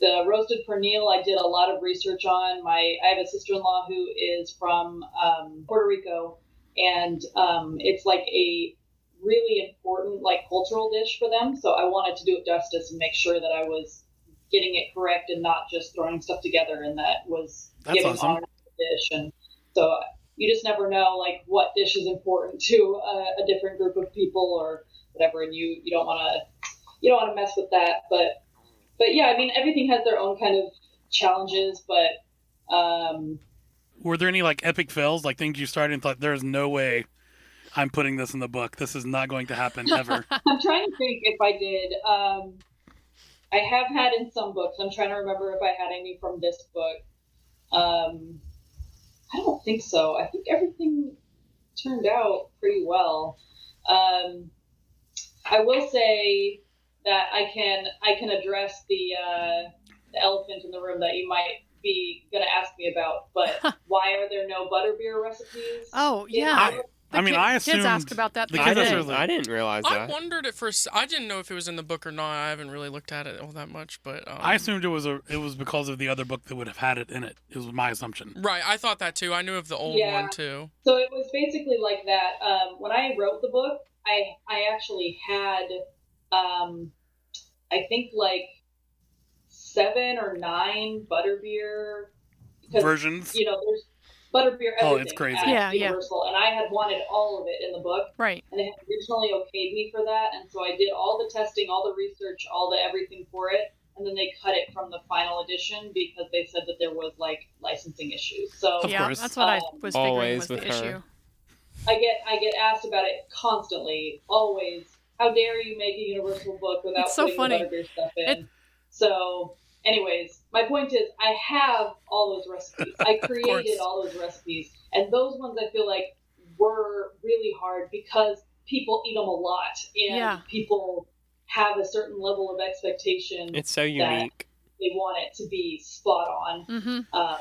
the roasted pernil, I did a lot of research on. My I have a sister-in-law who is from um, Puerto Rico, and um, it's like a really important like cultural dish for them. So I wanted to do it justice and make sure that I was getting it correct and not just throwing stuff together and that was That's giving awesome. honor to the dish. And so you just never know like what dish is important to a, a different group of people or whatever, and you you don't want to you don't want to mess with that. But but yeah, I mean everything has their own kind of challenges, but um, Were there any like epic fails, like things you started and thought there's no way I'm putting this in the book. This is not going to happen ever. I'm trying to think if I did. Um, I have had in some books. I'm trying to remember if I had any from this book. Um, I don't think so. I think everything turned out pretty well. Um, I will say that I can I can address the, uh, the elephant in the room that you might be going to ask me about. But why are there no butterbeer recipes? Oh Yeah, yeah. I- The I mean, ki- I kids assumed asked about that. the The I kids other are day. didn't, really- I didn't realize I that. wondered at first. I didn't know if it was in the book or not. I haven't really looked at it all that much, but um, I assumed it was a it was because of the other book that would have had it in it. It was my assumption. right. I thought that too. I knew of the old Yeah. one too. So it was basically like that. Um, when I wrote the book, I I actually had, um, I think like seven or nine butterbeer because Versions. you know there's butterbeer. Everything Oh, it's crazy. at Yeah, yeah. Universal, and I had wanted all of it in the book, Right. and they had originally okayed me for that, and so I did all the testing, all the research, all the everything for it. And then they cut it from the final edition because they said that there was like licensing issues. So Of yeah, course. that's what I Um, was figuring Always was with the her. issue. I get I get asked about it constantly, always. How dare you make a universal book without It's so putting funny. the butterbeer stuff in? It- So, anyways, my point is, I have all those recipes. I created course. all those recipes, and those ones I feel like were really hard because people eat them a lot, and Yeah. people have a certain level of expectation It's so unique. they want it to be spot on. Mm-hmm. Um,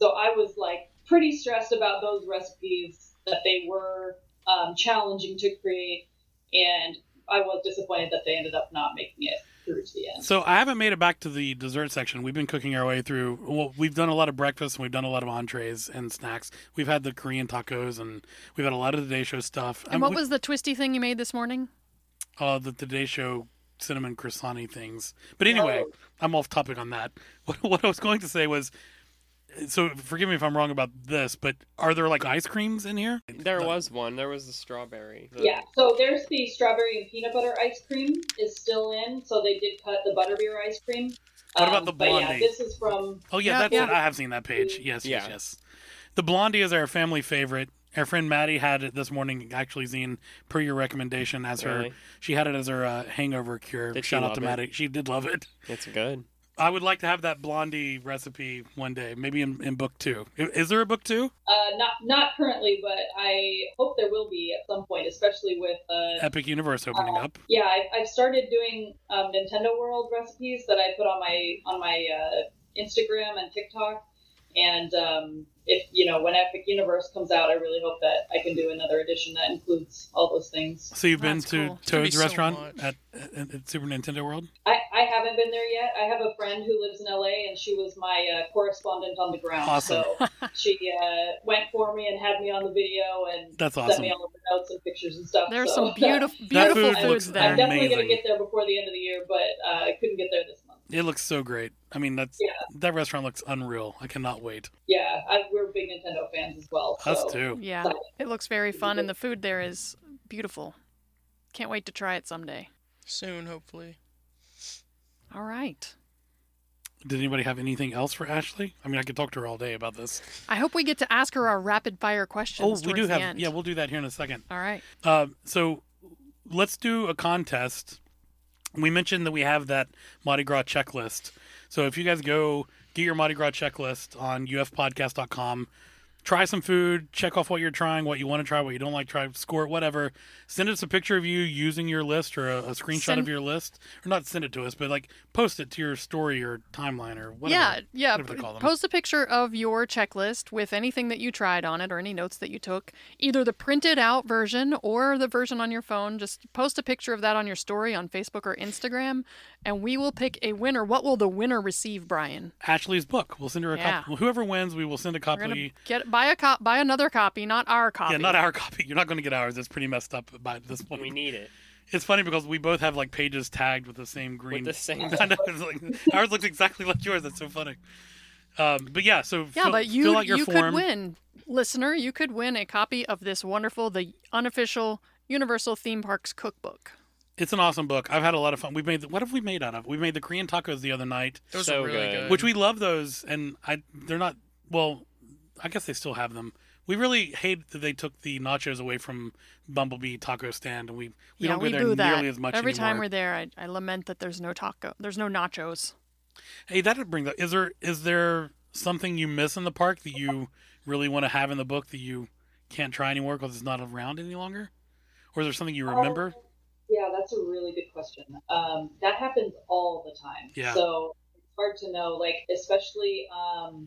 so I was like pretty stressed about those recipes that they were um, challenging to create, and I was disappointed that they ended up not making it through to the end. So I haven't made it back to the dessert section. We've been cooking our way through. Well, we've done a lot of breakfast and we've done a lot of entrees and snacks. We've had the Korean tacos and we've had a lot of the Today Show stuff. And what was the twisty thing you made this morning? uh, the Today Show cinnamon croissant things? But anyway, Oh. I'm off topic on that. What, what I was going to say was, so forgive me if I'm wrong about this, but are there like ice creams in here? There was one. There was a strawberry. The- Yeah, so there's the strawberry and peanut butter ice cream is still in, so they did cut the butterbeer ice cream. Um, What about the but yeah, Blondie? this is from Oh yeah, Yeah, that's yeah. it. I have seen that page. Yes, yes, Yeah. yes. The Blondie is our family favorite. Our friend Maddie had it this morning. Actually, Zine, per your recommendation, as her Really? she had it as her uh, hangover cure. Did she Shout out love to it? Maddie. She did love it. It's good. I would like to have that Blondie recipe one day, maybe in, in book two. I- Is there a book two? uh, not not currently, but I hope there will be at some point, especially with uh, Epic Universe opening up. Yeah, I, I've started doing um, Nintendo World recipes that I put on my on my uh, Instagram and TikTok. And um, if you know when Epic Universe comes out, I really hope that I can do another edition that includes all those things. So you've been That's to cool. gonna be Toad's so restaurant much. at, at, at Super Nintendo World. I, I haven't been there yet. I have a friend who lives in LA, and she was my uh, correspondent on the ground. Awesome. So she uh, went for me and had me on the video and That's sent awesome. me all of the notes and pictures and stuff. There's so some beautiful, That beautiful food looks foods there. I'm definitely gonna amazing. get there before the end of the year, but uh, I couldn't get there this month. It looks so great. I mean, that's Yeah. that restaurant looks unreal. I cannot wait. Yeah, I, we're big Nintendo fans as well. So. Us too. Yeah, it looks very fun, and the food there is beautiful. Can't wait to try it someday. Soon, hopefully. All right. Did anybody have anything else for Ashley? I mean, I could talk to her all day about this. I hope we get to ask her our rapid fire questions. Oh, we towards do the have. End. Yeah, we'll do that here in a second. All right. Uh, so let's do a contest. We mentioned that we have that Mardi Gras checklist. So if you guys go get your Mardi Gras checklist on ufpodcast.com, try some food, check off what you're trying, what you want to try, what you don't like, try, score it, whatever. Send us a picture of you using your list or a, a screenshot Send- of your list, or not send it to us, but like post it to your story or timeline or whatever. yeah, yeah. whatever they p- call them. Post a picture of your checklist with anything that you tried on it or any notes that you took, either the printed out version or the version on your phone. Just post a picture of that on your story on Facebook or Instagram, and we will pick a winner. What will the winner receive, Brian? Ashley's book. We'll send her a Yeah. copy. Whoever wins, we will send a copy. We're gonna get buy a cop, buy another copy, not our copy. Yeah, not our copy. You're not going to get ours. It's pretty messed up by this point. We need it. It's funny because we both have like pages tagged with the same green. the same- I know, it's like, ours looks exactly like yours. That's so funny. Um, but yeah, so Yeah, fill, but you fill out your you form. could win, listener. You could win a copy of this wonderful, the unofficial Universal Theme Parks Cookbook. It's an awesome book. I've had a lot of fun. We've made what have we made out of? We made the Korean tacos the other night, Those So are really good. good. which we love those, and I they're not well. I guess they still have them. We really hate that they took the nachos away from Bumblebee Taco Stand, and we, we yeah, don't go we there boo nearly that. as much Every anymore. time we're there, I, I lament that there's no taco, there's no nachos. Hey, that brings up. Is there is there something you miss in the park that you really want to have in the book that you can't try anymore because it's not around any longer, or is there something Oh, you remember? Um, yeah, that's a really good question. Um, that happens all the time. Yeah. So it's hard to know, like, especially, um,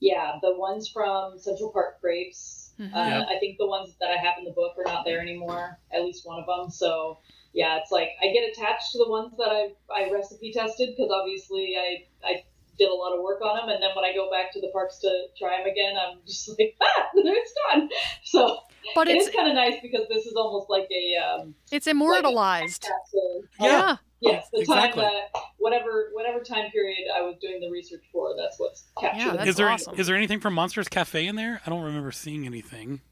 yeah, the ones from Central Park Grapes. Mhm. Uh, Yep. I think the ones that I have in the book are not there anymore, at least one of them. So, yeah, it's like I get attached to the ones that I, I recipe tested because obviously I, I did a lot of work on them. And then when I go back to the parks to try them again, I'm just like, ah, it's gone. So But it it's is kind of nice because this is almost like a. Um, it's immortalized. capsule. Yeah. Yes, the Exactly. time that whatever whatever time period I was doing the research for, that's what's captured. Yeah, that's is there is awesome. there anything from Monsters Cafe in there? I don't remember seeing anything.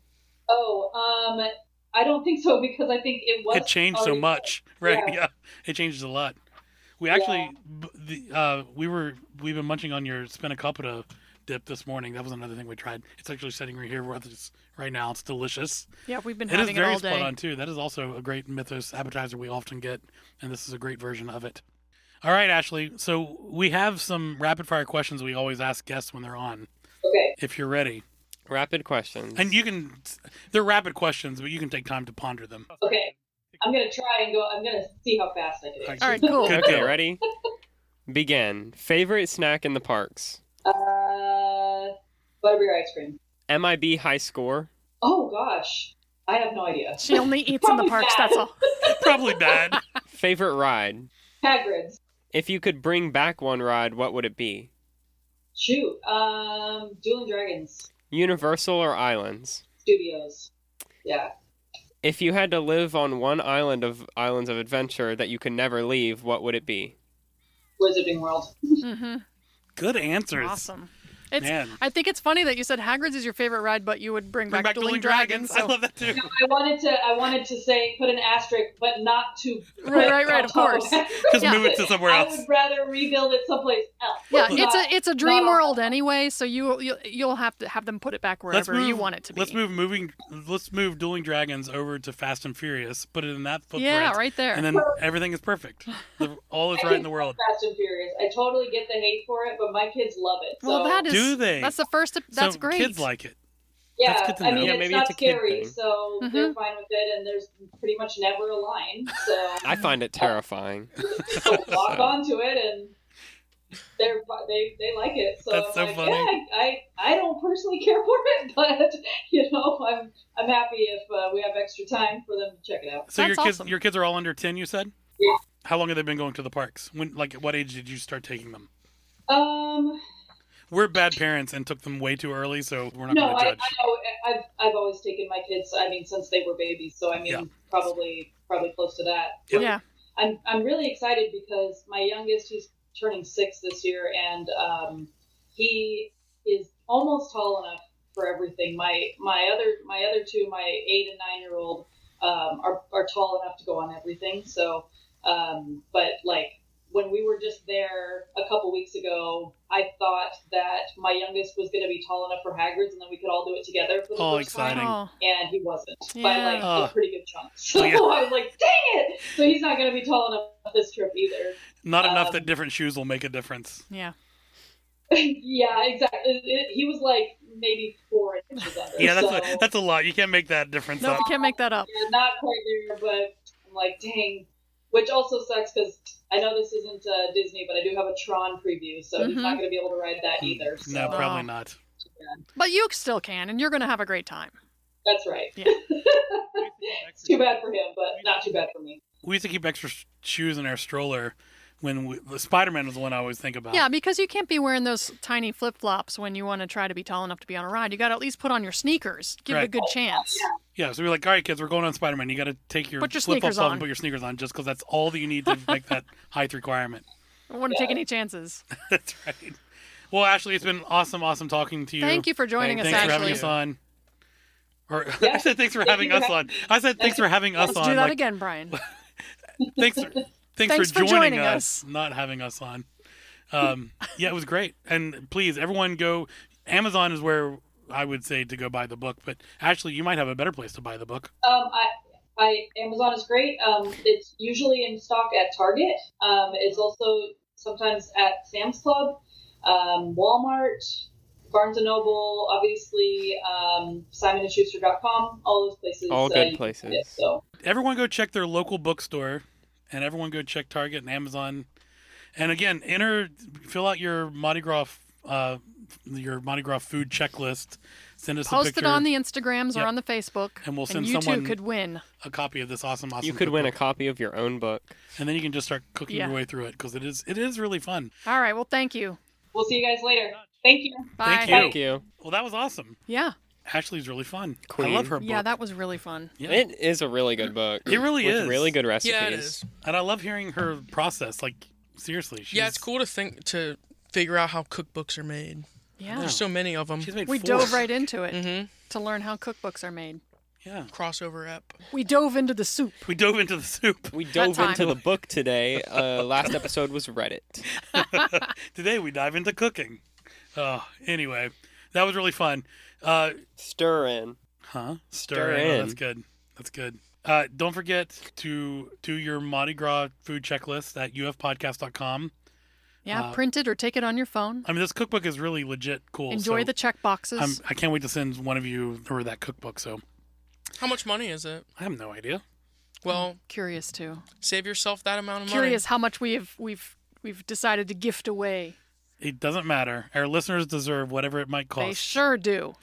oh, um, I don't think so because I think it was It changed so already- much, right? Yeah. um, Yeah. it changes a lot. We actually, b- the, uh, we were we've been munching on your spinacopita dip this morning. That was another thing we tried. It's actually sitting right here with us right now. It's delicious. Yeah, we've been It is having it very all spot day. on too. That is also a great Mythos appetizer we often get, and this is a great version of it. All right, Ashley. So we have some rapid fire questions we always ask guests when they're on. Okay, If you're ready, Rapid questions. and you can, they're rapid questions, but you can take time to ponder them. okay. I'm gonna try and go. I'm gonna see how fast I can. do. All right, cool. Good okay, deal. ready? Begin. Favorite snack in the parks? Uh, butterbeer ice cream. MIB high score. Oh gosh, I have no idea. She only eats in the Probably parks. bad. That's all. Probably bad. Favorite ride. Hagrid's. If you could bring back one ride, what would it be? Shoot. Um, Dueling Dragons Universal or Islands? Studios. Yeah. If you had to live on one island of Islands of Adventure that you could never leave, what would it be? Wizarding World. hmm Good answers. Awesome. It's. Man. I think it's funny that you said Hagrid's is your favorite ride, but you would bring, Bring back Dueling Dragons. so- I love that too. I wanted to. I wanted to say put an asterisk, but not to. Right, right, right, of course. Just Yeah. move it to somewhere I else. would rather rebuild it someplace else. yeah, Not- it's a it's a dream not- world anyway, so you you'll, you'll have to have them put it back Let's wherever move, you want it to be. Let's move moving. Let's move Dueling Dragons over to Fast and Furious. Put it in that footprint. Yeah, right there. And then everything is perfect. The- all is right in the world. Fast and Furious. I totally get the hate for it, but my kids love it. So, well, that is Do they? that's the first that's so great. Kids like it. yeah. that's good to I know. mean, Yeah, it's maybe not it's a kid scary, thing. so Mm-hmm. they're fine with it, and there's pretty much never a line, so I find it terrifying. they'll walk onto it, and they're they they like it. So That's I'm so like, funny. yeah, I I don't personally care for it, but you know, I'm I'm happy if uh, we have extra time for them to check it out. So your That's kids, awesome. your kids are all under ten. You said. Yeah. How long have they been going to the parks? When, like, at what age did you start taking them? Um. We're bad parents and took them way too early, so we're not no, going to I, I judge. know. I've I've always taken my kids. I mean, since they were babies, so I mean, Yeah. probably probably close to that. Yeah. yeah. I'm I'm really excited because my youngest, he's turning six this year, and um, he is almost tall enough for everything. My my other my other two, my eight and nine year old, um, are are tall enough to go on everything. So, um, but like when we were just there a couple weeks ago, I thought that my youngest was going to be tall enough for Hagrid's, and then we could all do it together for the Oh, first exciting. time Oh. and he wasn't by like Yeah. Ah. a pretty good chunk. So Yeah. I was like, dang it! So he's not going to be tall enough this trip either. Not enough that um, different shoes will make a difference. Yeah. yeah, exactly. It- it- he was like maybe four and pictures of it. Yeah, that's so, a, that's a lot. You can't make that difference No, up. we can't make that up. we're not quite there, but I'm like, dang. Which also sucks because I know this isn't uh, Disney, but I do have a Tron preview, so he's Mhm. not going to be able to ride that either. So Mm-hmm. Mm, No, problem. probably not. But you still can, and you're going to have a great time. that's right. Yeah. it's too bad for him, but not too bad for me. We used to keep extra sh- shoes in our stroller when we, the Spider Man was the one I always think about. Yeah, because you can't be wearing those tiny flip flops when you want to try to be tall enough to be on a ride. You got to at least put on your sneakers. Give it a Right. good chance. Yeah, so we were like, all right, kids, we're going on Spider Man. You got to take your, Put your flip sneakers flops off on. and put your sneakers on just because that's all that you need to make that height requirement. I wouldn't take any chances. That's right. Well, Ashley, it's been awesome, awesome talking to you. Thank you for joining Thanks Thanks us, for having Ashley. us on. Or I Yeah. said thanks for Thank having you for us on. having I said thanks for having us Let's on. do that like, again, Brian. Thanks for, thanks, Thanks for, for joining, joining us, us. not having us on. Um, yeah, it was great. And please, everyone go. Amazon is where I would say to go buy the book, but Ashley, you might have a better place to buy the book. Um, I, I Amazon is great. Um, it's usually in stock at Target. Um, it's also sometimes at Sam's Club, um, Walmart, Barnes and Noble, obviously um, SimonandSchuster.com. All those places. All uh, good you can places. get, so Everyone go check their local bookstore, and everyone go check Target and Amazon. And again, enter, fill out your Mardi Gras, uh, your Mardi Gras food checklist. Send us a Post it picture, on the Instagrams or Yep. on the Facebook, And we'll send you someone- two could win. a copy of this awesome, awesome. You could win a cookbook. copy of your own book. and then you can just start cooking Yeah. your way through it because it is, it is really fun. All right. Well, thank you. we'll see you guys later. Thank you. Bye. Thank you. Thank you. Well, that was awesome. Yeah. Ashley's really fun. Queen. I love her book. Yeah, that was really fun. Yeah. It is a really good book. It really with is. Really good recipes. Yeah, it is. and I love hearing her process. Like seriously, she's, Yeah, it's cool to think to figure out how cookbooks are made. Yeah. There's so many of them. She's made We four. dove right into it Mm-hmm. to learn how cookbooks are made. Yeah, Crossover app. We dove into the soup. we dove into the soup. We dove time. into the book today. Uh, last episode was Reddit. Today we dive into cooking. Uh, anyway, that was really fun. Uh, Stir in. huh? Stir, Stir in. Oh, in. that's good. That's good. Uh, don't forget to do your Mardi Gras food checklist at ufpodcast.com. Yeah, Uh, print it or take it on your phone. I mean, this cookbook is really legit cool. Enjoy so the check boxes. I'm, I can't wait to send one of you or that cookbook. So How much money is it? I have no idea. Well, curious too. save yourself that amount of money. Curious how much we have we've we've decided to gift away. It doesn't matter. Our listeners deserve whatever it might cost. They sure do.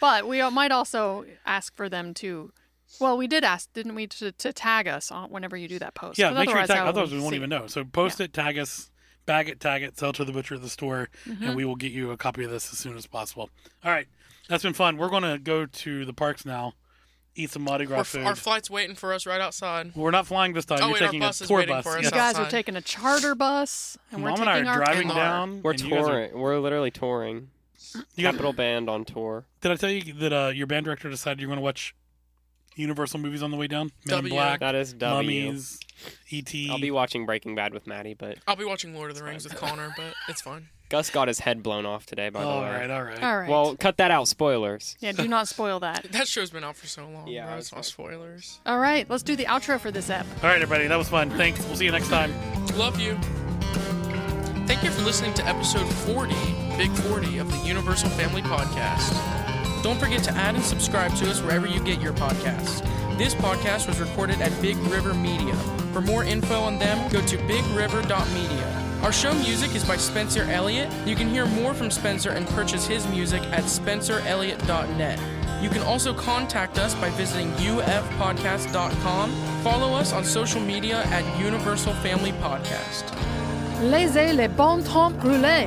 But we might also ask for them to. Well, we did ask, didn't we, to, to tag us on whenever you do that post? Yeah, 'Cause make sure you otherwise, tag. how would Otherwise, we won't see? even know. So post it, tag us, bag it, tag it, sell to the butcher at the store, Mm-hmm. and we will get you a copy of this as soon as possible. All right, that's been fun. We're gonna go to the parks now, eat some Mardi Gras Our, food. our flight's waiting for us right outside. We're not flying this time. Oh, You're wait, our taking a bus is tour waiting bus. for us You Yes. guys are outside. taking a charter bus, Mom and we're and I taking are our driving car. down. We're and you guys are- touring. We're literally touring. you guys- Capital Band on tour. did I tell you that uh, your band director decided you're gonna watch Universal movies on the way down? Men in W. Black, That is W. Mummies, E E.T. I'll be watching Breaking Bad with Maddie, but I'll be watching Lord of the Rings with Connor, but it's fine. Gus got his head blown off today. By the all way. right, all right. All right. Well, cut that out. Spoilers. yeah, do not spoil that. That show's been out for so long. Yeah, Yeah, bro. it's It's not fine. spoilers. All right, let's do the outro for this app. All right, everybody. That was fun. Thanks. We'll see you next time. Love you. Thank you for listening to episode 40, Big 40 of the Universal Family Podcast. Don't forget to add and subscribe to us wherever you get your podcasts. This podcast was recorded at Big River Media. For more info on them, go to bigriver.media. Our show music is by Spencer Elliott. You can hear more from Spencer and purchase his music at spencerelliott.net. You can also contact us by visiting ufpodcast.com. Follow us on social media at Universal Family Podcast. Laissez les bons temps brûler.